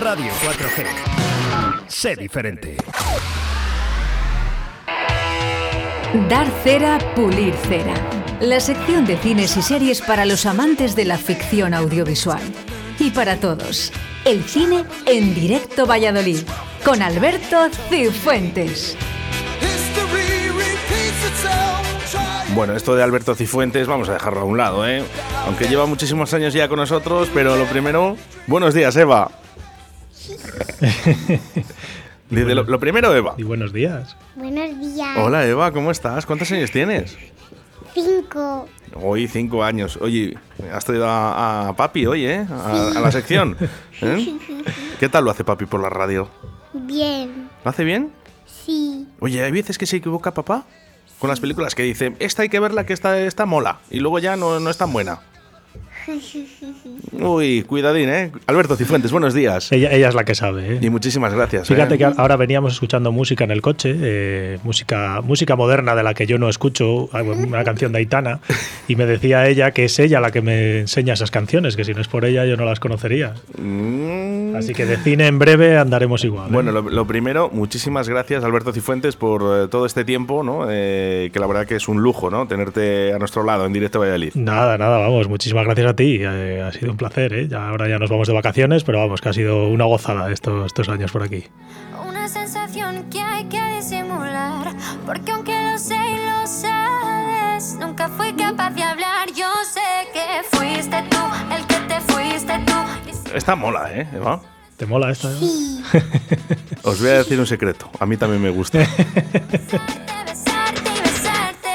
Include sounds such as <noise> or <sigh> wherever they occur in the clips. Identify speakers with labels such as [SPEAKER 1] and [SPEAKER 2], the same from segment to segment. [SPEAKER 1] Radio 4G. Sé diferente.
[SPEAKER 2] Dar cera, pulir cera. La sección de cines y series para los amantes de la ficción audiovisual. Y para todos, el cine en directo Valladolid, con Alberto Cifuentes.
[SPEAKER 3] Bueno, esto de Alberto Cifuentes vamos a dejarlo a un lado, ¿eh? Aunque lleva muchísimos años ya con nosotros, pero lo primero, buenos días, Eva. Dice, lo, lo primero, Eva.
[SPEAKER 4] Y buenos días.
[SPEAKER 5] Buenos días.
[SPEAKER 3] Hola, Eva, ¿cómo estás? ¿Cuántos años tienes?
[SPEAKER 5] Cinco.
[SPEAKER 3] Hoy cinco años. Oye, has traído a, a papi hoy, ¿eh? A, a la sección. ¿eh? ¿Qué tal lo hace papi por la radio?
[SPEAKER 5] Bien.
[SPEAKER 3] ¿Lo hace bien?
[SPEAKER 5] Sí.
[SPEAKER 3] Oye, ¿hay veces que se equivoca papá? Con las películas que dice, esta hay que verla, que esta, esta mola. Y luego ya no, no es tan buena. Uy, cuidadín, ¿eh? Alberto Cifuentes, buenos días.
[SPEAKER 4] Ella, ella es la que sabe. ¿eh?
[SPEAKER 3] Y muchísimas gracias.
[SPEAKER 4] Fíjate
[SPEAKER 3] ¿eh?
[SPEAKER 4] que ahora veníamos escuchando música en el coche, eh, música, música moderna de la que yo no escucho, una canción de Aitana, y me decía ella que es ella la que me enseña esas canciones, que si no es por ella yo no las conocería.
[SPEAKER 3] Mm.
[SPEAKER 4] Así que de cine en breve andaremos igual. ¿eh?
[SPEAKER 3] Bueno, lo, lo primero, muchísimas gracias Alberto Cifuentes por eh, todo este tiempo, ¿no? Eh, que la verdad que es un lujo, ¿no? Tenerte a nuestro lado en directo Valladolid.
[SPEAKER 4] Nada, nada, vamos, muchísimas gracias a ti, eh, ha sido un placer, ¿eh? Ya, ahora ya nos vamos de vacaciones, pero vamos, que ha sido una gozada estos, estos años por aquí.
[SPEAKER 6] Una sensación que hay que disimular, porque aunque lo sé y lo sabes, nunca fui capaz de hablar. Yo sé que fuiste tú, el que te fuiste tú. y si-
[SPEAKER 3] Esta mola, ¿eh? Eva?
[SPEAKER 4] ¿Te mola esta? eh?
[SPEAKER 5] Sí.
[SPEAKER 3] Os voy a decir un secreto, a mí también me gusta.
[SPEAKER 4] <laughs>
[SPEAKER 6] besarte y besarte.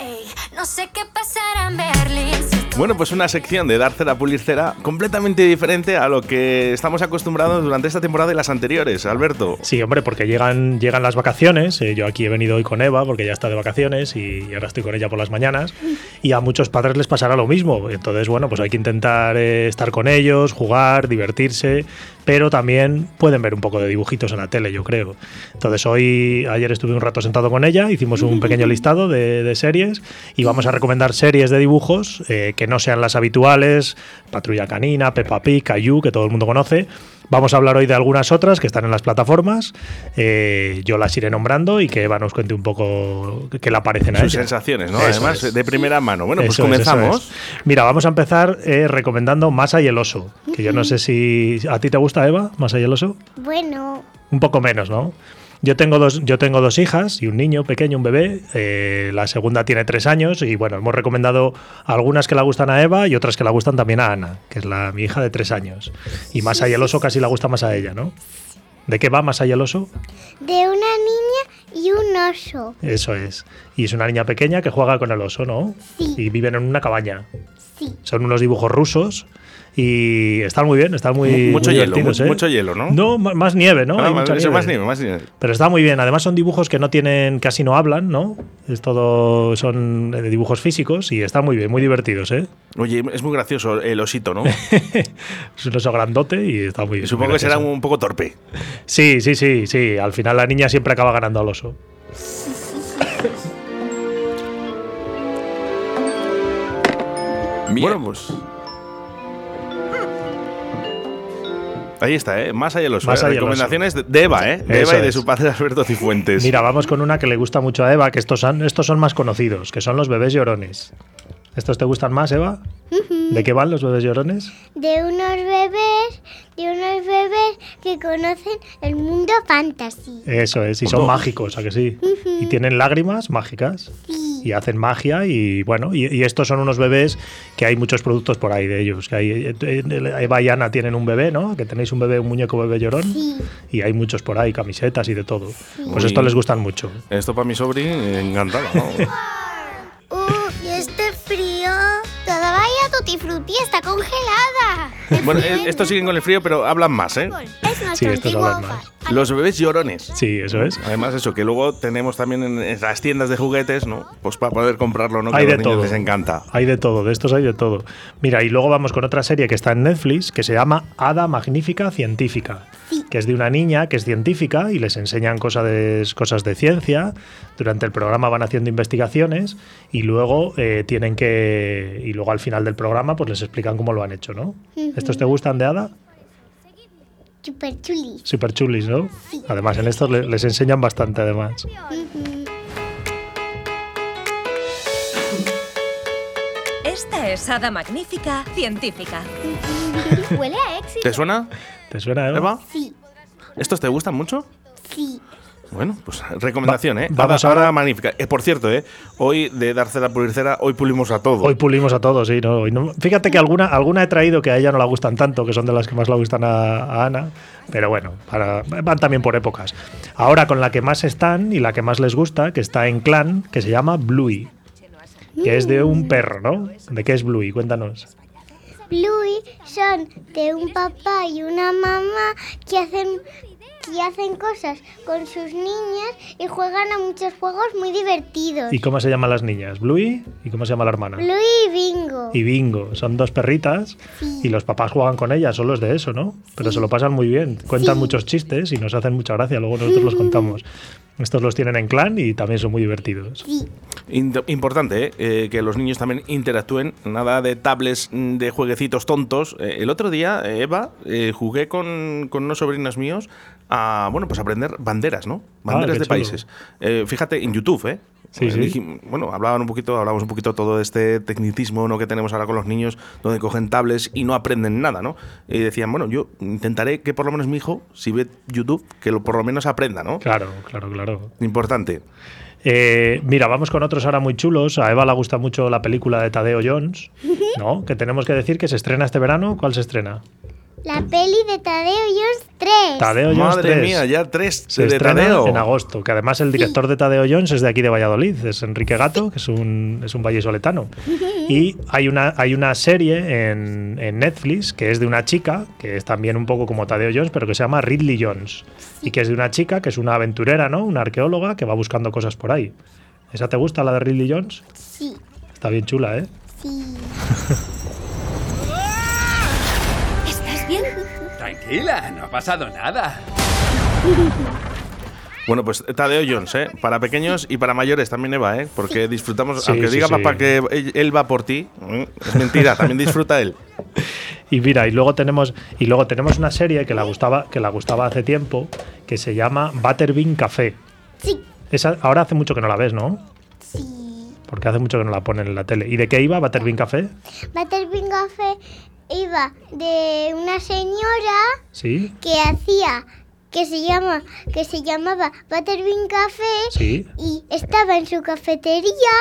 [SPEAKER 6] Ey, no sé qué pasará en Berlín. si esto-
[SPEAKER 3] Bueno, pues una sección de dar cera pulir cera completamente diferente a lo que estamos acostumbrados durante esta temporada y las anteriores, Alberto.
[SPEAKER 4] Sí, hombre, porque llegan, llegan las vacaciones. eh, yo aquí he venido hoy con Eva porque ya está de vacaciones y, y ahora estoy con ella por las mañanas. Y a muchos padres les pasará lo mismo. Entonces, bueno, pues hay que intentar eh, estar con ellos, jugar, divertirse, pero también pueden ver un poco de dibujitos en la tele, yo creo. Entonces, hoy, ayer estuve un rato sentado con ella, hicimos un pequeño listado de, de series y vamos a recomendar series de dibujos eh, que no sean las habituales: Patrulla Canina, Peppa Pig, Caillou, que todo el mundo conoce. Vamos a hablar hoy de algunas otras que están en las plataformas. Eh, yo las iré nombrando y que Eva nos cuente un poco qué le aparecen a
[SPEAKER 3] Sus
[SPEAKER 4] ella.
[SPEAKER 3] sensaciones, ¿no?
[SPEAKER 4] Eso
[SPEAKER 3] Además,
[SPEAKER 4] es.
[SPEAKER 3] de primera mano. Bueno, pues
[SPEAKER 4] Eso es, eso
[SPEAKER 3] comenzamos.
[SPEAKER 4] es. Mira, vamos a empezar eh, recomendando Masa y el oso. Que yo no sé si. ¿A ti te gusta, Eva? Masa y el oso.
[SPEAKER 5] Bueno,
[SPEAKER 4] Un poco menos, ¿no? Yo tengo dos, yo tengo dos hijas y un niño pequeño, un bebé. Eh, la segunda tiene tres años y bueno, hemos recomendado algunas que la gustan a Eva y otras que la gustan también a Ana, que es la, mi hija de tres años. Y más y el oso casi la gusta más a ella, ¿no? ¿De qué va más y el oso?
[SPEAKER 5] de una niña y un oso.
[SPEAKER 4] Eso es. Y es una niña pequeña que juega con el oso, ¿no?
[SPEAKER 5] Sí.
[SPEAKER 4] Y viven en una cabaña.
[SPEAKER 5] Sí.
[SPEAKER 4] Son unos dibujos rusos y están muy bien, están muy,
[SPEAKER 3] Mu- mucho
[SPEAKER 4] muy
[SPEAKER 3] hielo,
[SPEAKER 4] divertidos,
[SPEAKER 3] mu-
[SPEAKER 4] ¿eh?
[SPEAKER 3] mucho hielo, ¿no?
[SPEAKER 4] No, ma- más nieve, ¿no?
[SPEAKER 3] Ah,
[SPEAKER 4] Hay
[SPEAKER 3] más,
[SPEAKER 4] mucha
[SPEAKER 3] eso,
[SPEAKER 4] nieve.
[SPEAKER 3] más nieve, más nieve.
[SPEAKER 4] Pero está muy bien. Además son dibujos que no tienen, casi no hablan, ¿no? Es todo, son eh, dibujos físicos y están muy bien, muy divertidos, ¿eh?
[SPEAKER 3] Oye, es muy gracioso el
[SPEAKER 4] <laughs>
[SPEAKER 3] osito, ¿no?
[SPEAKER 4] Es un oso grandote y está muy bien.
[SPEAKER 3] Supongo
[SPEAKER 4] muy
[SPEAKER 3] que será
[SPEAKER 4] gracioso.
[SPEAKER 3] un poco torpe.
[SPEAKER 4] Sí, sí, sí, sí. Al final la niña siempre acaba ganando al oso.
[SPEAKER 3] Bueno, pues. Ahí está, ¿eh? Más allá de los
[SPEAKER 4] Más allá de los-
[SPEAKER 3] recomendaciones de- de Eva, ¿eh? De
[SPEAKER 4] Eso
[SPEAKER 3] Eva y de
[SPEAKER 4] es.
[SPEAKER 3] su padre Alberto Cifuentes.
[SPEAKER 4] Mira, vamos con una que le gusta mucho a Eva, que estos son, estos son más conocidos, que son los bebés llorones. ¿Estos te gustan más, Eva? ¿De qué van los bebés llorones?
[SPEAKER 5] De unos bebés, de unos bebés que conocen el mundo fantasy.
[SPEAKER 4] Eso es, y
[SPEAKER 3] Pues
[SPEAKER 4] son mágicos, ¿a que sí? Y tienen lágrimas mágicas.
[SPEAKER 5] Sí.
[SPEAKER 4] Y hacen magia y bueno, y, y estos son unos bebés que hay muchos productos por ahí de ellos. Que hay, eh, eh, Eva y Ana tienen un bebé, ¿no? Que tenéis un bebé, un muñeco bebé llorón.
[SPEAKER 5] Sí.
[SPEAKER 4] Y hay muchos por ahí, camisetas y de todo. Pues
[SPEAKER 3] Uy.
[SPEAKER 4] estos les gustan mucho.
[SPEAKER 3] Esto para mi sobrino, encantado, ¿no?
[SPEAKER 5] Uh, y este frío. Toda vaya Tutti Frutti está congelada.
[SPEAKER 3] bueno, eh, estos siguen con el frío, pero hablan más, ¿eh?
[SPEAKER 5] <laughs> Es
[SPEAKER 4] Sí, estos hablan más.
[SPEAKER 3] Los bebés llorones.
[SPEAKER 4] Sí, eso es.
[SPEAKER 3] Además, eso, que luego tenemos también en en las tiendas de juguetes, ¿no? Pues para poder comprarlo, ¿no? Que
[SPEAKER 4] Hay
[SPEAKER 3] a
[SPEAKER 4] de
[SPEAKER 3] los niños
[SPEAKER 4] todo.
[SPEAKER 3] les encanta.
[SPEAKER 4] Hay de todo, de estos hay de todo. Mira, y luego vamos con otra serie que está en Netflix que se llama Hada Magnífica Científica, que es de una niña que es científica y les enseñan cosas de, cosas de ciencia. Durante el programa van haciendo investigaciones y luego eh, tienen que. Y luego al final del programa, pues les explican cómo lo han hecho, ¿no? ¿Estos te gustan de Hada?
[SPEAKER 5] Super chulis.
[SPEAKER 4] Super chulis, ¿no? Además, en estos le- les enseñan bastante, además.
[SPEAKER 7] Esta es Hada Magnífica Científica.
[SPEAKER 5] Huele a éxito.
[SPEAKER 3] ¿Te suena,
[SPEAKER 4] ¿Te suena, Eva?
[SPEAKER 3] Eva?
[SPEAKER 5] Sí,
[SPEAKER 3] ¿Estos te gustan mucho?
[SPEAKER 5] sí.
[SPEAKER 3] Bueno, pues recomendación,
[SPEAKER 4] Va-
[SPEAKER 3] ¿eh?
[SPEAKER 4] vamos
[SPEAKER 3] ahora,
[SPEAKER 4] ahora-
[SPEAKER 3] ahora magnífica. Eh, por cierto, ¿eh? Hoy de Darcela Pulircera, hoy pulimos a todo.
[SPEAKER 4] Hoy pulimos a todos, sí. ¿no? Hoy no- Fíjate que alguna, alguna he traído que a ella no la gustan tanto, que son de las que más le gustan a, a Ana. Pero bueno, para- van también por épocas. Ahora con la que más están y la que más les gusta, que está en clan, que se llama Bluey. Que es de un perro, ¿no? ¿De qué es Bluey? Cuéntanos.
[SPEAKER 5] Bluey son de un papá y una mamá que hacen que hacen cosas con sus niñas y juegan a muchos juegos muy divertidos.
[SPEAKER 4] ¿Y cómo se llaman las niñas? ¿Bluey? ¿Y cómo se llama la hermana?
[SPEAKER 5] Bluey y Bingo.
[SPEAKER 4] Y bingo, son dos perritas y los papás juegan con ellas, solo es de eso, ¿no? Pero se lo pasan muy bien, cuentan muchos chistes y nos hacen mucha gracia, luego nosotros los contamos. Estos los tienen en clan y también son muy divertidos.
[SPEAKER 3] Int- importante, ¿eh? Eh, que los niños también interactúen. Nada de tablets, mm, de jueguecitos tontos. Eh, el otro día, eh, Eva, eh, jugué con, con unos sobrinos míos a, bueno, pues aprender banderas, ¿no? Banderas
[SPEAKER 4] Ah, qué
[SPEAKER 3] de
[SPEAKER 4] chulo.
[SPEAKER 3] países. Eh, fíjate, en YouTube, ¿eh?
[SPEAKER 4] Sí,
[SPEAKER 3] Eh,
[SPEAKER 4] sí.
[SPEAKER 3] dijim- Bueno, hablaban un poquito, hablamos un poquito todo de este tecnicismo ¿no? que tenemos ahora con los niños, donde cogen tablets y no aprenden nada, ¿no? Y decían, bueno, yo intentaré que por lo menos mi hijo, si ve YouTube, que lo, por lo menos aprenda, ¿no?
[SPEAKER 4] Claro, claro, claro.
[SPEAKER 3] Importante.
[SPEAKER 4] Eh, mira, vamos con otros ahora muy chulos. A Eva le gusta mucho la película de Tadeo Jones, ¿no? Que tenemos que decir que se estrena este verano. ¿Cuál se estrena?
[SPEAKER 5] La peli de Tadeo Jones 3.
[SPEAKER 4] Tadeo Jones
[SPEAKER 3] Madre
[SPEAKER 4] 3.
[SPEAKER 3] mía, ya tres
[SPEAKER 4] se
[SPEAKER 3] de
[SPEAKER 4] estrena
[SPEAKER 3] Tadeo.
[SPEAKER 4] en agosto, que además el director de Tadeo Jones es de aquí de Valladolid, es Enrique Gato, que es un, es un vallisoletano. Y hay una, hay una serie en, en Netflix que es de una chica, que es también un poco como Tadeo Jones, pero que se llama Ridley Jones. Y que es de una chica que es una aventurera, ¿no? Una arqueóloga que va buscando cosas por ahí. ¿Esa te gusta, la de Ridley Jones?
[SPEAKER 5] Sí,
[SPEAKER 4] Está bien chula, ¿eh?
[SPEAKER 5] sí.
[SPEAKER 6] ¿Estás bien?
[SPEAKER 8] Tranquila, no ha pasado nada.
[SPEAKER 3] Bueno, pues Tadeo Jones, ¿eh? Para pequeños y para mayores también, Eva, ¿eh? Porque disfrutamos,
[SPEAKER 4] Sí,
[SPEAKER 3] aunque
[SPEAKER 4] sí,
[SPEAKER 3] diga
[SPEAKER 4] sí.
[SPEAKER 3] papá que él- él va por ti, ¿eh? es mentira, también disfruta él.
[SPEAKER 4] Y mira, y luego tenemos, y luego tenemos una serie que la gustaba, que la gustaba hace tiempo, que se llama Butterbean Café.
[SPEAKER 5] Sí,
[SPEAKER 4] Esa ahora hace mucho que no la ves, ¿no?
[SPEAKER 5] sí.
[SPEAKER 4] Porque hace mucho que no la ponen en la tele. ¿Y de qué iba Butterbean Café?
[SPEAKER 5] Butterbean Café iba de una señora
[SPEAKER 4] Sí,
[SPEAKER 5] que hacía que se llama que se llamaba Butterbean Café
[SPEAKER 4] sí.
[SPEAKER 5] y estaba en su cafetería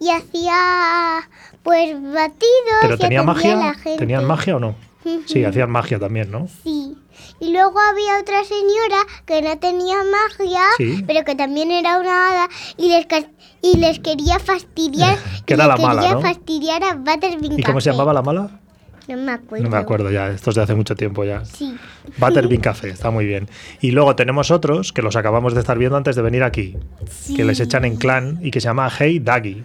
[SPEAKER 5] y hacía pues batidos
[SPEAKER 4] ¿Pero
[SPEAKER 5] y
[SPEAKER 4] tenía
[SPEAKER 5] atendía a la
[SPEAKER 4] magia?
[SPEAKER 5] gente.
[SPEAKER 4] ¿Tenían magia o no?
[SPEAKER 5] Ujú.
[SPEAKER 4] Sí, hacían magia también, ¿no?
[SPEAKER 5] Sí. Y luego había otra señora que no tenía magia,
[SPEAKER 4] Sí.
[SPEAKER 5] pero que también era una hada y les, ca- y les quería fastidiar.
[SPEAKER 4] Eh, Que
[SPEAKER 5] y
[SPEAKER 4] era
[SPEAKER 5] le
[SPEAKER 4] la mala,
[SPEAKER 5] quería
[SPEAKER 4] ¿no?
[SPEAKER 5] fastidiar a Butterbean
[SPEAKER 4] ¿Y cómo se
[SPEAKER 5] Café.
[SPEAKER 4] llamaba la mala?
[SPEAKER 5] Pues No me acuerdo.
[SPEAKER 4] No me acuerdo ya, esto es de hace mucho tiempo ya.
[SPEAKER 5] Sí.
[SPEAKER 4] Butterbean Café, está muy bien. Y luego tenemos otros que los acabamos de estar viendo antes de venir aquí, que les echan en clan y que se llama Hey Daggy.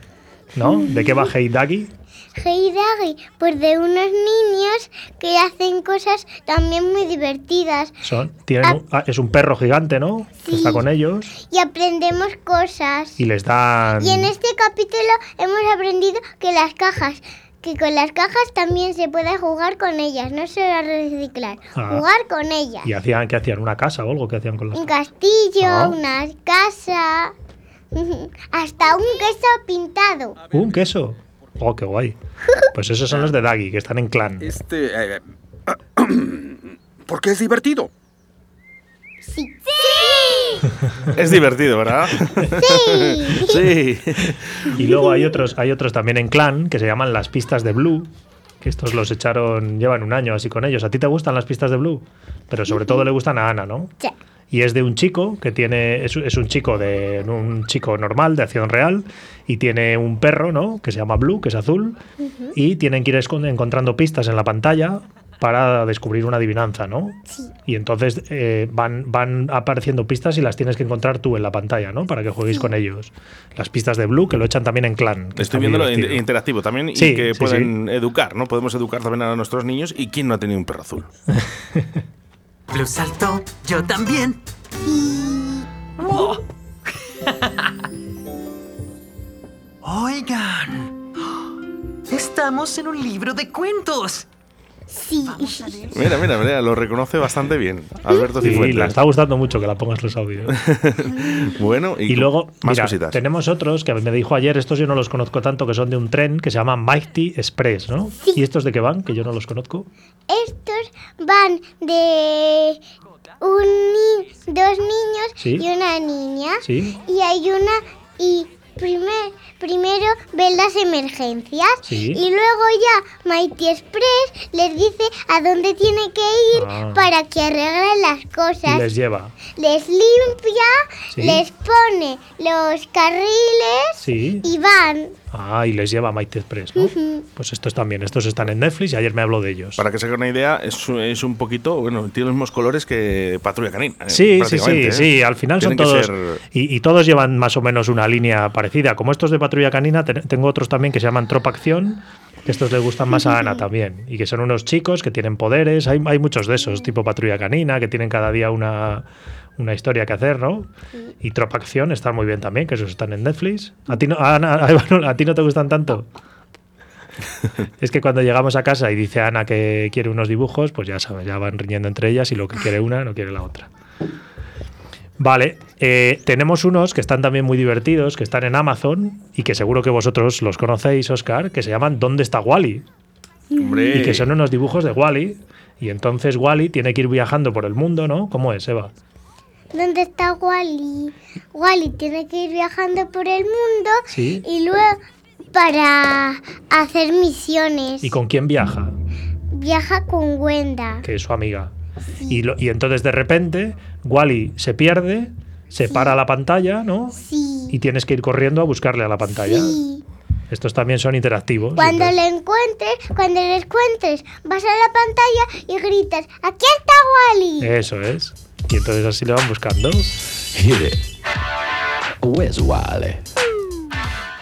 [SPEAKER 4] ¿No? ¿De qué va Hey Daggy?
[SPEAKER 5] Hey Daggy, pues de unos niños que hacen cosas también muy divertidas
[SPEAKER 4] Son, tienen un- ah, es un perro gigante, ¿no? Que está con ellos
[SPEAKER 5] y aprendemos cosas.
[SPEAKER 4] y les dan...
[SPEAKER 5] Y en este capítulo hemos aprendido que las cajas, que con las cajas también se puede jugar con ellas, no solo reciclar,
[SPEAKER 4] Ah.
[SPEAKER 5] jugar con ellas.
[SPEAKER 4] Y hacían, ¿qué hacían? ¿Una casa o algo que hacían con las
[SPEAKER 5] Un castillo,
[SPEAKER 4] Ah.
[SPEAKER 5] una casa, <laughs> hasta un queso pintado.
[SPEAKER 4] Uh, un queso. Oh, qué guay. Pues esos son los de Dagi, que están en clan.
[SPEAKER 8] Este. eh, <clears throat> porque es divertido.
[SPEAKER 5] Sí. ¡Sí!
[SPEAKER 3] Es
[SPEAKER 4] <laughs>
[SPEAKER 3] divertido, ¿verdad?
[SPEAKER 5] ¡Sí!
[SPEAKER 3] Sí.
[SPEAKER 4] Y luego hay otros, hay otros también en clan que se llaman las pistas de Blue. Que estos los echaron, llevan un año así con ellos. ¿A ti te gustan las pistas de Blue? Pero sobre todo le gustan a Ana, ¿no?
[SPEAKER 5] Sí.
[SPEAKER 4] Y es de un chico que tiene. Es, es un chico de. un chico normal, de acción real, y tiene un perro, ¿no? Que se llama Blue, que es azul. Y tienen que ir escon- encontrando pistas en la pantalla para descubrir una adivinanza, ¿no? Y entonces eh, van, van apareciendo pistas y las tienes que encontrar tú en la pantalla, ¿no? Para que juegues con ellos. Las pistas de Blue, que lo echan también en clan. que está
[SPEAKER 3] Estoy
[SPEAKER 4] muy
[SPEAKER 3] viendo lo de
[SPEAKER 4] divertido.
[SPEAKER 3] in- interactivo también y
[SPEAKER 4] Sí,
[SPEAKER 3] que
[SPEAKER 4] sí,
[SPEAKER 3] pueden educar, ¿no? Podemos educar también a nuestros niños y quién no ha tenido un perro azul.
[SPEAKER 9] Blue saltó, yo
[SPEAKER 10] <laughs>
[SPEAKER 9] también. Oigan, estamos en un libro de cuentos.
[SPEAKER 5] Sí.
[SPEAKER 3] Mira, mira, mira, lo reconoce bastante bien. Alberto
[SPEAKER 4] Y le
[SPEAKER 3] Cifuentes.
[SPEAKER 4] está gustando mucho que la pongas los audios.
[SPEAKER 3] Bueno, y,
[SPEAKER 4] Y luego,
[SPEAKER 3] más
[SPEAKER 4] mira,
[SPEAKER 3] cositas.
[SPEAKER 4] tenemos otros que me dijo ayer, estos yo no los conozco tanto, que son de un tren que se llama Mighty Express, ¿no? ¿Y estos de qué van? Que yo no los conozco.
[SPEAKER 5] Estos van de un ni- dos niños
[SPEAKER 4] Sí.
[SPEAKER 5] y una niña.
[SPEAKER 4] Sí.
[SPEAKER 5] Y hay una y primer, primero ven las emergencias
[SPEAKER 4] Sí.
[SPEAKER 5] y luego ya Mighty Express les dice a dónde tiene que ir
[SPEAKER 4] Ah.
[SPEAKER 5] para que arreglen las
[SPEAKER 4] Y
[SPEAKER 5] cosas.
[SPEAKER 4] les
[SPEAKER 5] Les,
[SPEAKER 4] lleva.
[SPEAKER 5] limpia,
[SPEAKER 4] Sí.
[SPEAKER 5] les pone los carriles
[SPEAKER 4] Sí.
[SPEAKER 5] y van.
[SPEAKER 4] Ah, y les lleva Mighty Express, ¿no? Pues estos también, estos están en Netflix y ayer me habló de ellos.
[SPEAKER 3] Para que se hagan una idea, es, es un poquito, bueno, tiene los mismos colores que Patrulla Canina. eh,
[SPEAKER 4] Sí, sí, sí,
[SPEAKER 3] prácticamente, ¿eh?
[SPEAKER 4] sí. Al final son
[SPEAKER 3] Tienen que
[SPEAKER 4] todos.
[SPEAKER 3] ser-
[SPEAKER 4] Y, y todos llevan más o menos una línea parecida. Como estos de Patrulla Canina, te- tengo otros también que se llaman Tropa Acción. Que estos le gustan más a Ana también. Y que son unos chicos que tienen poderes. Hay, hay muchos de esos, tipo Patrulla Canina, que tienen cada día una, una historia que hacer, ¿no? Y Tropa Acción están muy bien también, que esos están en Netflix. ¿A ti no, a Ana, <laughs> a Eva no- a ti no te gustan
[SPEAKER 3] <laughs>
[SPEAKER 4] tanto? Es que cuando llegamos a casa y dice Ana que quiere unos dibujos, pues ya sabes, ya van riñendo entre ellas y lo que quiere una no quiere la otra. Vale, eh, tenemos unos que están también muy divertidos, que están en Amazon y que seguro que vosotros los conocéis, Oscar, que se llaman ¿Dónde está Wally?
[SPEAKER 3] Hombre,
[SPEAKER 4] Y que son unos dibujos de Wally. Y entonces Wally tiene que ir viajando por el mundo, ¿no? ¿Cómo es, Eva?
[SPEAKER 5] ¿Dónde está Wally? Wally tiene que ir viajando por el mundo
[SPEAKER 4] Sí.
[SPEAKER 5] y luego para hacer misiones.
[SPEAKER 4] ¿Y con quién viaja?
[SPEAKER 5] Viaja con Wenda.
[SPEAKER 4] que es su amiga. Y, lo- y entonces de repente Wally se pierde, se para la pantalla, ¿no?
[SPEAKER 5] Sí.
[SPEAKER 4] Y tienes que ir corriendo a buscarle a la pantalla.
[SPEAKER 5] Sí.
[SPEAKER 4] Estos también son interactivos.
[SPEAKER 5] Cuando
[SPEAKER 4] entonces-
[SPEAKER 5] le encuentres, cuando le encuentres, vas a la pantalla y gritas, ¡Aquí está Wally!
[SPEAKER 4] Eso es. Y entonces así le van buscando.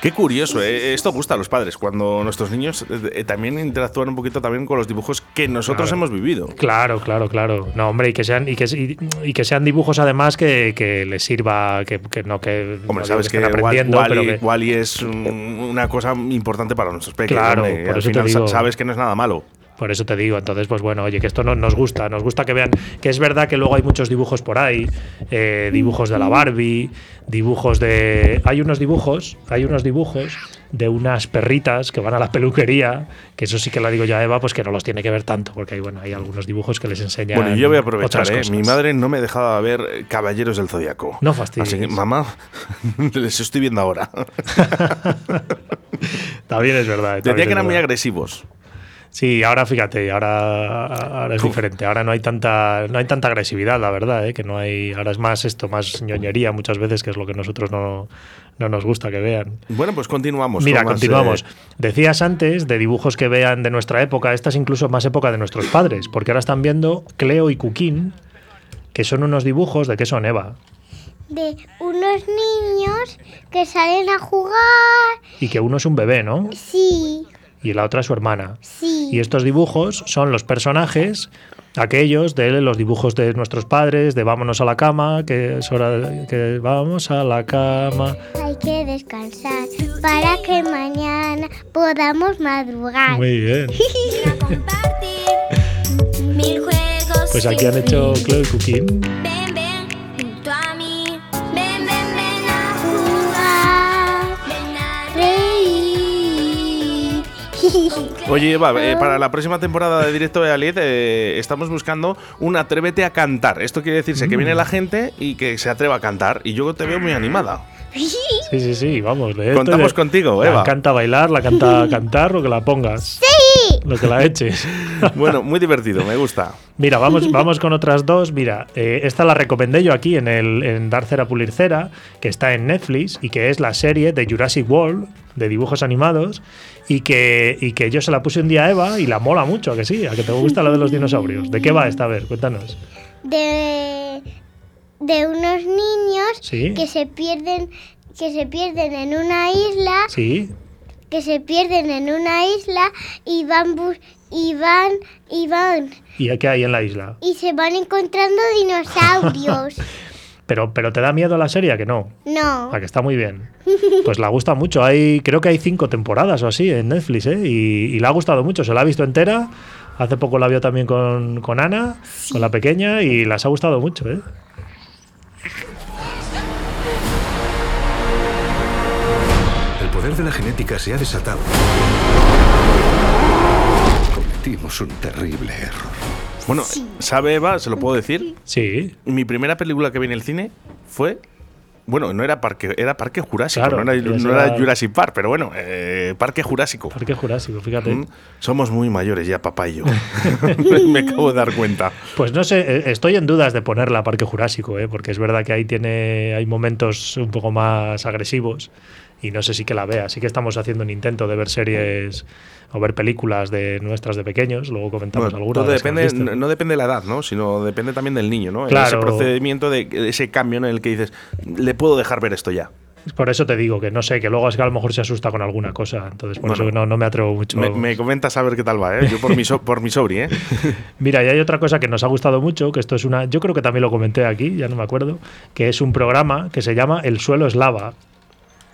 [SPEAKER 3] Qué curioso, ¿eh? esto gusta a los padres, cuando nuestros niños eh, eh, también interactúan un poquito también con los dibujos que nosotros
[SPEAKER 4] Claro.
[SPEAKER 3] hemos vivido.
[SPEAKER 4] Claro, claro, claro. No, hombre, y que sean, y que, y- y que sean dibujos además que, que les sirva, que, que no que, no digo
[SPEAKER 3] Hombre, sabes
[SPEAKER 4] que
[SPEAKER 3] que,
[SPEAKER 4] estén aprendiendo, pero
[SPEAKER 3] Wally,
[SPEAKER 4] que-
[SPEAKER 3] Wally es un- una cosa importante para nuestros pequeños.
[SPEAKER 4] Claro,
[SPEAKER 3] hombre.
[SPEAKER 4] por
[SPEAKER 3] Al
[SPEAKER 4] eso te
[SPEAKER 3] final sa-
[SPEAKER 4] digo.
[SPEAKER 3] sabes que no es nada malo.
[SPEAKER 4] Por eso te digo, entonces, pues bueno, oye, que esto no, nos gusta, nos gusta que vean, que es verdad que luego hay muchos dibujos por ahí, eh, dibujos de la Barbie, dibujos de... Hay unos dibujos, hay unos dibujos de unas perritas que van a la peluquería, que eso sí que la digo yo a Eva, pues que no los tiene que ver tanto, porque hay, bueno, hay algunos dibujos que les enseñan
[SPEAKER 3] Bueno, yo voy a aprovechar,
[SPEAKER 4] otras
[SPEAKER 3] ¿eh?
[SPEAKER 4] cosas.
[SPEAKER 3] Mi madre no me dejaba ver eh, Caballeros del Zodiaco.
[SPEAKER 4] No fastidies.
[SPEAKER 3] Así que, mamá, <laughs> les estoy viendo ahora.
[SPEAKER 4] También es verdad. eh,
[SPEAKER 3] Decía
[SPEAKER 4] también
[SPEAKER 3] que
[SPEAKER 4] es
[SPEAKER 3] eran muy
[SPEAKER 4] verdad.
[SPEAKER 3] agresivos.
[SPEAKER 4] Sí, ahora fíjate, ahora, ahora es diferente. Ahora no hay tanta, no hay tanta agresividad, la verdad, ¿eh? que no hay. Ahora es más esto, más ñoñería muchas veces, que es lo que nosotros no, no nos gusta que vean.
[SPEAKER 3] Bueno, pues continuamos.
[SPEAKER 4] Mira,
[SPEAKER 3] con más,
[SPEAKER 4] continuamos.
[SPEAKER 3] eh,
[SPEAKER 4] Decías antes de dibujos que vean de nuestra época, esta es incluso más época de nuestros padres, porque ahora están viendo Cleo y Cuquín, que son unos dibujos de qué son Eva.
[SPEAKER 5] De unos niños que salen a jugar.
[SPEAKER 4] Y que uno es un bebé, ¿no?
[SPEAKER 5] Sí,
[SPEAKER 4] Y la otra es su hermana.
[SPEAKER 5] sí.
[SPEAKER 4] Y estos dibujos son los personajes, aquellos de los dibujos de nuestros padres, de vámonos a la cama, que es hora de- que vamos a la cama.
[SPEAKER 5] Hay que descansar para que mañana podamos madrugar.
[SPEAKER 4] Muy bien.
[SPEAKER 6] Ir a compartir mil juegos.
[SPEAKER 4] Pues aquí
[SPEAKER 6] sin
[SPEAKER 4] han hecho
[SPEAKER 6] fin.
[SPEAKER 4] Chloe Cooking.
[SPEAKER 6] Ven, ven, junto a mí. Ven, ven, ven a
[SPEAKER 5] jugar,
[SPEAKER 6] jugar. Ven a
[SPEAKER 4] <laughs>
[SPEAKER 5] reír.
[SPEAKER 3] Oye, Eva, eh, para la próxima temporada de Directo de Aliet eh, estamos buscando un Atrévete a cantar. Esto quiere decirse que
[SPEAKER 4] Mm.
[SPEAKER 3] viene la gente y que se atreva a cantar. Y yo te veo muy animada.
[SPEAKER 4] Sí, sí, sí, vamos. de esto y
[SPEAKER 3] Contamos
[SPEAKER 4] de-
[SPEAKER 3] contigo,
[SPEAKER 4] La
[SPEAKER 3] Eva.
[SPEAKER 4] canta bailar, la canta cantar, lo que la pongas. Lo que la eches.
[SPEAKER 3] Bueno, muy divertido, me gusta.
[SPEAKER 4] Mira, vamos, vamos con otras dos. Mira, eh, esta la recomendé yo aquí en, el, en Dar Cera Pulir Cera, que está en Netflix y que es la serie de Jurassic World, de dibujos animados, y que, y que yo se la puse un día a Eva y la mola mucho, ¿a que sí, a que te gusta lo de los dinosaurios. ¿De qué va esta? A ver, cuéntanos.
[SPEAKER 5] de, de unos niños
[SPEAKER 4] Sí.
[SPEAKER 5] que se pierden que se pierden en una isla
[SPEAKER 4] Sí,
[SPEAKER 5] que se pierden en una isla y van bus- y van y van
[SPEAKER 4] ¿y qué hay en la isla?
[SPEAKER 5] y se van encontrando
[SPEAKER 4] <laughs>
[SPEAKER 5] dinosaurios
[SPEAKER 4] Pero, pero ¿te da miedo la serie? ¿A que no?
[SPEAKER 5] no
[SPEAKER 4] A que está muy bien. Pues la gusta mucho. Hay, creo que hay cinco temporadas o así en Netflix, ¿eh? Y, y le ha gustado mucho. Se la ha visto entera. Hace poco la vio también con, con Ana, con la pequeña, y las ha gustado mucho, ¿eh?
[SPEAKER 11] El poder de la genética se ha desatado. Cometimos un terrible error.
[SPEAKER 3] Bueno, ¿sabe Eva? ¿Se lo puedo decir?
[SPEAKER 4] Sí.
[SPEAKER 3] Mi primera película que vi en el cine fue. Bueno, no era Parque, era parque Jurásico,
[SPEAKER 4] Claro,
[SPEAKER 3] no, era,
[SPEAKER 4] ya
[SPEAKER 3] no era
[SPEAKER 4] será-
[SPEAKER 3] Jurassic Park, pero bueno, eh, Parque Jurásico.
[SPEAKER 4] Parque Jurásico, fíjate.
[SPEAKER 3] Mm, Somos muy mayores ya, papá
[SPEAKER 4] <laughs>
[SPEAKER 3] y yo. <laughs> Me acabo de dar cuenta.
[SPEAKER 4] Pues no sé, eh, estoy en dudas de ponerla a Parque Jurásico, ¿eh? porque es verdad que ahí tiene hay momentos un poco más agresivos y no sé si que la vea. Sí que estamos haciendo un intento de ver series o ver películas de nuestras de pequeños, luego comentamos
[SPEAKER 3] Bueno,
[SPEAKER 4] alguna.
[SPEAKER 3] todo
[SPEAKER 4] de las que hemos
[SPEAKER 3] depende,
[SPEAKER 4] visto.
[SPEAKER 3] no, no depende de la edad, ¿no? Sino depende también del niño, ¿no? Ese
[SPEAKER 4] Claro.
[SPEAKER 3] procedimiento de de ese cambio en el que dices, le puedo dejar ver esto ya.
[SPEAKER 4] Por eso te digo que no sé, que luego es que a lo mejor se asusta con alguna cosa, entonces por
[SPEAKER 3] Bueno.
[SPEAKER 4] eso no, no me atrevo mucho.
[SPEAKER 3] Me, me comentas a ver qué tal va, ¿eh? Yo por
[SPEAKER 4] <laughs>
[SPEAKER 3] mi, so- por mi sobri, ¿eh?
[SPEAKER 4] Mira, y hay otra cosa que nos ha gustado mucho, que esto es una, yo creo que también lo comenté aquí, ya no me acuerdo, que es un programa que se llama El suelo es lava.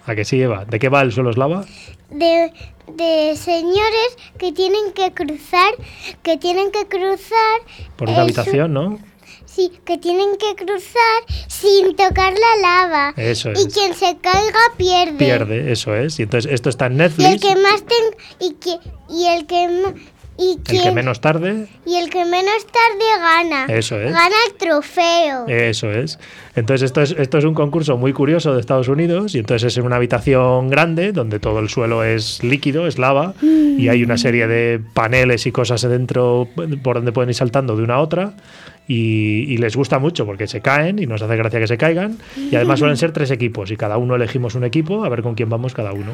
[SPEAKER 4] ¿A que sí, Eva? ¿De qué va el suelo es lava?
[SPEAKER 5] de, de señores que tienen que cruzar, que tienen que cruzar.
[SPEAKER 4] Por una
[SPEAKER 5] el
[SPEAKER 4] habitación, ¿no?
[SPEAKER 5] su- Sí, que tienen que cruzar sin tocar la lava.
[SPEAKER 4] Eso
[SPEAKER 5] Y
[SPEAKER 4] es.
[SPEAKER 5] quien se caiga pierde.
[SPEAKER 4] Pierde, eso es. Y entonces esto está en
[SPEAKER 5] Y el
[SPEAKER 4] Netflix.
[SPEAKER 5] que más ten- y que y el que ma- y
[SPEAKER 4] El que
[SPEAKER 5] quien-
[SPEAKER 4] menos tarde,
[SPEAKER 5] y el que menos tarde gana.
[SPEAKER 4] Eso es. Eh.
[SPEAKER 5] Gana el trofeo.
[SPEAKER 4] eso es. Entonces esto es, esto es un concurso muy curioso de Estados Unidos y entonces es en una habitación grande donde todo el suelo es líquido, es lava y hay una serie de paneles y cosas dentro por donde pueden ir saltando de una a otra y, y les gusta mucho porque se caen y nos hace gracia que se caigan y además suelen ser tres equipos y cada uno elegimos un equipo a ver con quién vamos cada uno.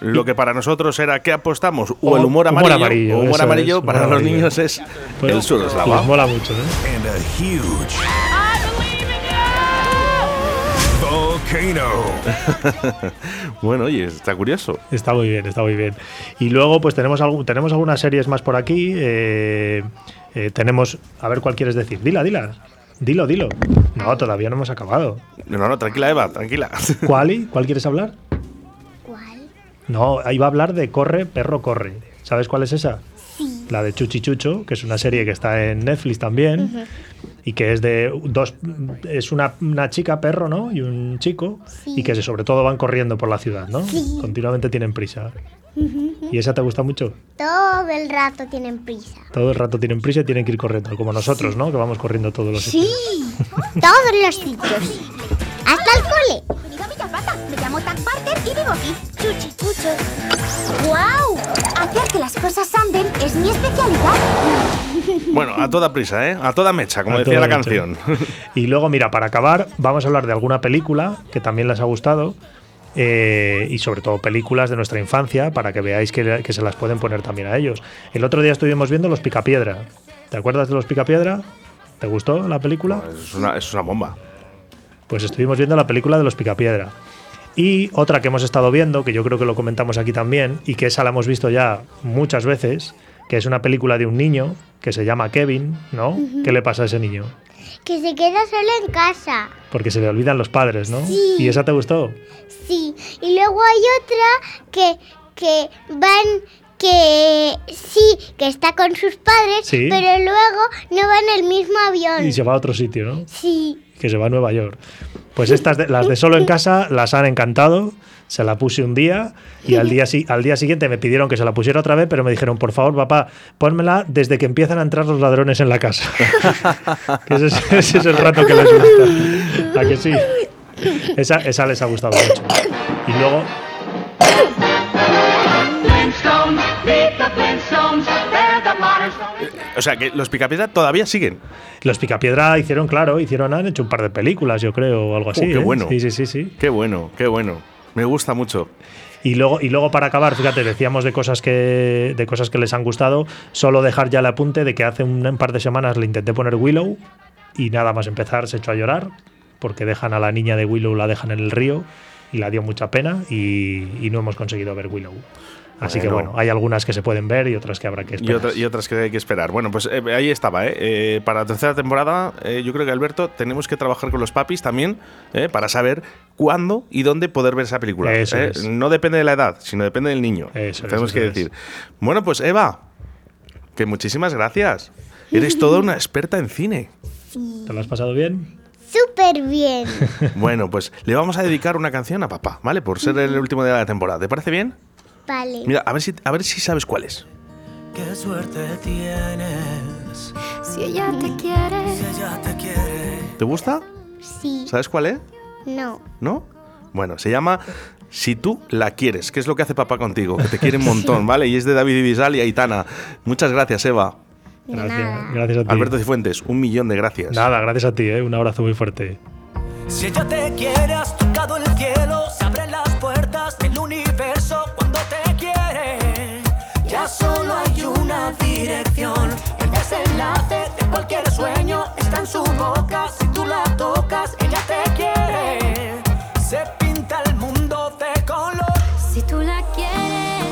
[SPEAKER 3] Lo que para nosotros era ¿qué apostamos? O
[SPEAKER 4] O
[SPEAKER 3] el humor
[SPEAKER 4] humor
[SPEAKER 3] amarillo.
[SPEAKER 4] amarillo,
[SPEAKER 3] o humor
[SPEAKER 4] eso
[SPEAKER 3] amarillo
[SPEAKER 4] es,
[SPEAKER 3] para
[SPEAKER 4] humor
[SPEAKER 3] los
[SPEAKER 4] amarillo.
[SPEAKER 3] niños es
[SPEAKER 4] Pues
[SPEAKER 3] el suelo es
[SPEAKER 4] les
[SPEAKER 3] lava.
[SPEAKER 4] mola mucho, ¿no?
[SPEAKER 1] And a huge volcano.
[SPEAKER 3] Bueno, oye, está curioso.
[SPEAKER 4] Está muy bien, está muy bien. Y luego, pues tenemos, algu- tenemos algunas series más por aquí. eh, eh, tenemos. A ver cuál quieres decir. Dila, dila. Dilo, dilo. No, todavía no hemos acabado.
[SPEAKER 3] No, no, tranquila, Eva, tranquila. <laughs>
[SPEAKER 4] ¿Cuál? y- ¿Cuál quieres hablar?
[SPEAKER 5] ¿Cuál?
[SPEAKER 4] No, ahí va a hablar de Corre, perro, corre. ¿Sabes cuál es esa? La de Chuchi Chucho, que es una serie que está en Netflix también. Y que es de dos. Es una, una chica perro, ¿no? Y un chico. Y que sobre todo van corriendo por la ciudad, ¿no? Continuamente tienen prisa. ¿Y esa te gusta mucho?
[SPEAKER 5] Todo el rato tienen prisa.
[SPEAKER 4] Todo el rato tienen prisa y tienen que ir corriendo, como nosotros, ¿no? Que vamos corriendo todos los
[SPEAKER 5] Sí, todos los sitios. Hasta el cole. Me llamo Yapata, me llamo Tag Parker y vivo aquí. Chuchi, chucho. ¡Guau! Hacer que las cosas anden es mi especialidad.
[SPEAKER 3] Bueno, a toda prisa, ¿eh? A toda mecha, como
[SPEAKER 4] A
[SPEAKER 3] decía la
[SPEAKER 4] toda
[SPEAKER 3] canción. <laughs>
[SPEAKER 4] leche. <laughs> Y luego, mira, para acabar, vamos a hablar de alguna película que también les ha gustado. eh, y sobre todo películas de nuestra infancia para que veáis que, que se las pueden poner también a ellos. El otro día estuvimos viendo Los Picapiedra. ¿Te acuerdas de Los Picapiedra? ¿Te gustó la película?
[SPEAKER 3] Es una, es una bomba.
[SPEAKER 4] Pues estuvimos viendo la película de los Picapiedra. Y otra que hemos estado viendo, que yo creo que lo comentamos aquí también, y que esa la hemos visto ya muchas veces, que es una película de un niño que se llama Kevin, ¿no? ¿Qué le pasa a ese niño?
[SPEAKER 5] Que se queda solo en casa.
[SPEAKER 4] Porque se le olvidan los padres, ¿no?
[SPEAKER 5] Sí.
[SPEAKER 4] ¿Y esa te gustó?
[SPEAKER 5] Sí. Y luego hay otra que, que van. Que sí, que está con sus padres,
[SPEAKER 4] Sí.
[SPEAKER 5] pero luego no va en el mismo avión.
[SPEAKER 4] Y se va a otro sitio, ¿no?
[SPEAKER 5] Sí.
[SPEAKER 4] que se va a Nueva York. Pues estas, de- las de solo en casa, las han encantado. Se la puse un día y al día, si- al día siguiente me pidieron que se la pusiera otra vez, pero me dijeron, por favor, papá, pónmela desde que empiezan a entrar los ladrones en la casa. <laughs> Que ese, es, ese es el rato que les gusta. ¿A que sí? Esa, esa les ha gustado mucho. Y luego,
[SPEAKER 3] O sea, que los picapiedra todavía siguen.
[SPEAKER 4] los Picapiedra hicieron, claro, hicieron, han hecho un par de películas, yo creo, o algo así.
[SPEAKER 3] Oh, qué
[SPEAKER 4] ¿eh?
[SPEAKER 3] bueno.
[SPEAKER 4] Sí, sí, sí, sí.
[SPEAKER 3] Qué bueno, qué bueno. Me gusta mucho.
[SPEAKER 4] Y luego, y luego para acabar, fíjate, decíamos de cosas que de cosas que les han gustado, solo dejar ya el apunte de que hace un, un par de semanas le intenté poner Willow y nada más empezar se echó a llorar porque dejan a la niña de Willow, la dejan en el río y la dio mucha pena y, y no hemos conseguido ver Willow. Así que
[SPEAKER 3] Bueno.
[SPEAKER 4] bueno, hay algunas que se pueden ver y otras que habrá que
[SPEAKER 3] Y,
[SPEAKER 4] esperar.
[SPEAKER 3] otra- y otras que hay que esperar. Bueno, pues eh, ahí estaba, ¿eh? Eh, Para la tercera temporada, eh, yo creo que Alberto, tenemos que trabajar con los papis también ¿eh? para saber cuándo y dónde poder ver esa película.
[SPEAKER 4] Eso
[SPEAKER 3] ¿eh?
[SPEAKER 4] es.
[SPEAKER 3] No depende de la edad, sino depende del niño.
[SPEAKER 4] Eso es,
[SPEAKER 3] tenemos
[SPEAKER 4] eso
[SPEAKER 3] que
[SPEAKER 4] es.
[SPEAKER 3] decir. Bueno, pues Eva, que que muchísimas gracias. Eres toda una experta
[SPEAKER 4] <laughs>
[SPEAKER 3] en cine.
[SPEAKER 4] ¿Te lo has pasado bien? <laughs>
[SPEAKER 5] Súper bien.
[SPEAKER 3] Bueno, pues le vamos a dedicar una canción a papá, ¿vale? Por ser el último día de la temporada. ¿Te parece bien?
[SPEAKER 5] Vale.
[SPEAKER 3] Mira, a ver si, a ver si sabes cuál es.
[SPEAKER 10] Qué suerte tienes.
[SPEAKER 6] Si ella te quiere.
[SPEAKER 10] Si ella te quiere.
[SPEAKER 3] ¿Te gusta?
[SPEAKER 5] Sí.
[SPEAKER 3] ¿Sabes cuál es?
[SPEAKER 5] No.
[SPEAKER 3] ¿No? Bueno, se llama Si tú la quieres, que es lo que hace papá contigo, que te quiere un montón, ¿vale? Y es de David Ibisal y Aitana. Muchas gracias, Eva.
[SPEAKER 5] De
[SPEAKER 4] Gracias,
[SPEAKER 5] nada.
[SPEAKER 4] gracias a ti.
[SPEAKER 3] Alberto Cifuentes, un millón de gracias.
[SPEAKER 4] Nada, gracias a ti, ¿eh? un abrazo muy fuerte.
[SPEAKER 10] Si ella te quiere, has tocado el cielo. Se abren las puertas del universo cuando te quiere. Ya solo hay una dirección. El desenlace de cualquier sueño está en su boca. Si tú la tocas, ella te quiere. Se pinta el mundo de color.
[SPEAKER 6] Si tú la quieres,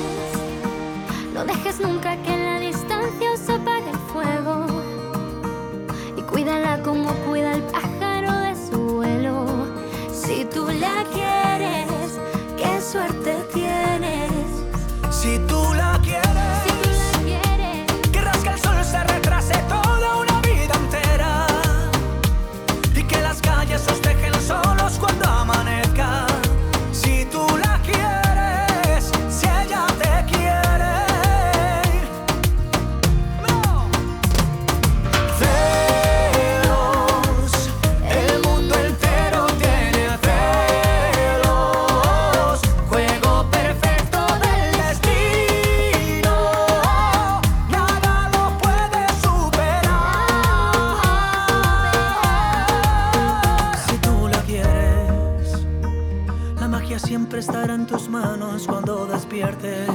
[SPEAKER 6] no dejes nunca que en la distancia os apague el fuego. Y cuídala como cuida el pájaro de su vuelo. Si tú la quieres, qué suerte tienes.
[SPEAKER 10] Si tú la quieres.
[SPEAKER 6] Si tú la quieres,
[SPEAKER 10] Querrás que el sol se retrase toda una vida entera y que las calles os dejen solos cuando amanezca. Si tú la quieres, si ella te quiere. ¡No! Celos, el mundo entero tiene celos. Juego perfecto del destino, nada lo puede superar. Si tú la quieres, la magia siempre estará en tus manos cuando despiertes.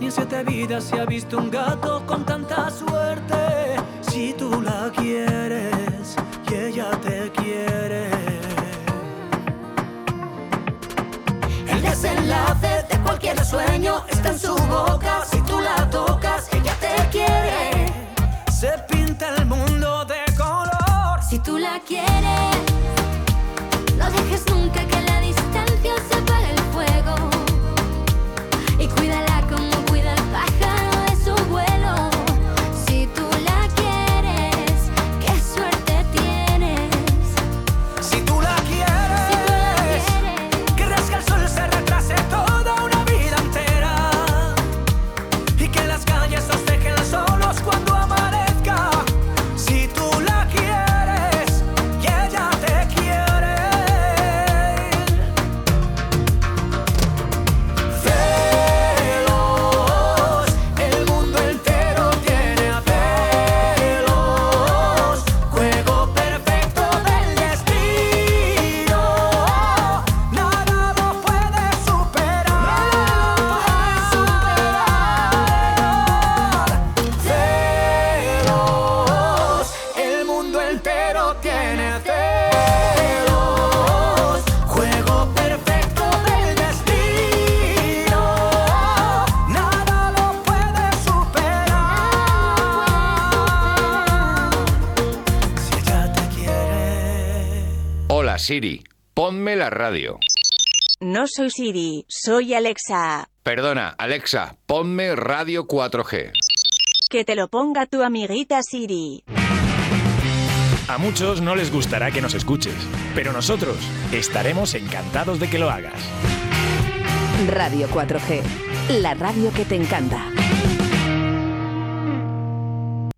[SPEAKER 10] Ni en siete vidas se ha visto un gato con tanta suerte. Si tú la quieres y ella te quiere. El desenlace de cualquier sueño está en su boca. Si tú la tocas, ella te quiere. Se pinta el mundo de color.
[SPEAKER 6] si tú la quieres, no dejes nunca que en la distancia os apague el fuego. Y cuídala como cuida el pájaro de su vuelo. Si tú la quieres, qué suerte tienes.
[SPEAKER 10] Si tú la
[SPEAKER 6] Si tú la
[SPEAKER 10] quieres.
[SPEAKER 6] quieres,
[SPEAKER 10] Querrás que el sol se retrase toda una vida entera y que las calles nos dejen solos cuando amanezca. Si tú la quieres y ella te quiere. Celos, el mundo entero tiene celos. Juego perfecto del destino, nada lo puede superar. Celos, el mundo entero tiene celos. Juego perfecto del destino, nada lo puede superar. Si ella te quiere.
[SPEAKER 12] Hola Siri, ponme la radio.
[SPEAKER 13] No soy Siri, soy Alexa.
[SPEAKER 12] Perdona, Alexa, ponme radio 4G.
[SPEAKER 13] Que te lo ponga tu amiguita Siri.
[SPEAKER 14] A muchos no les gustará que nos escuches, pero nosotros estaremos encantados de que lo hagas.
[SPEAKER 15] Radio 4G, la radio que te encanta.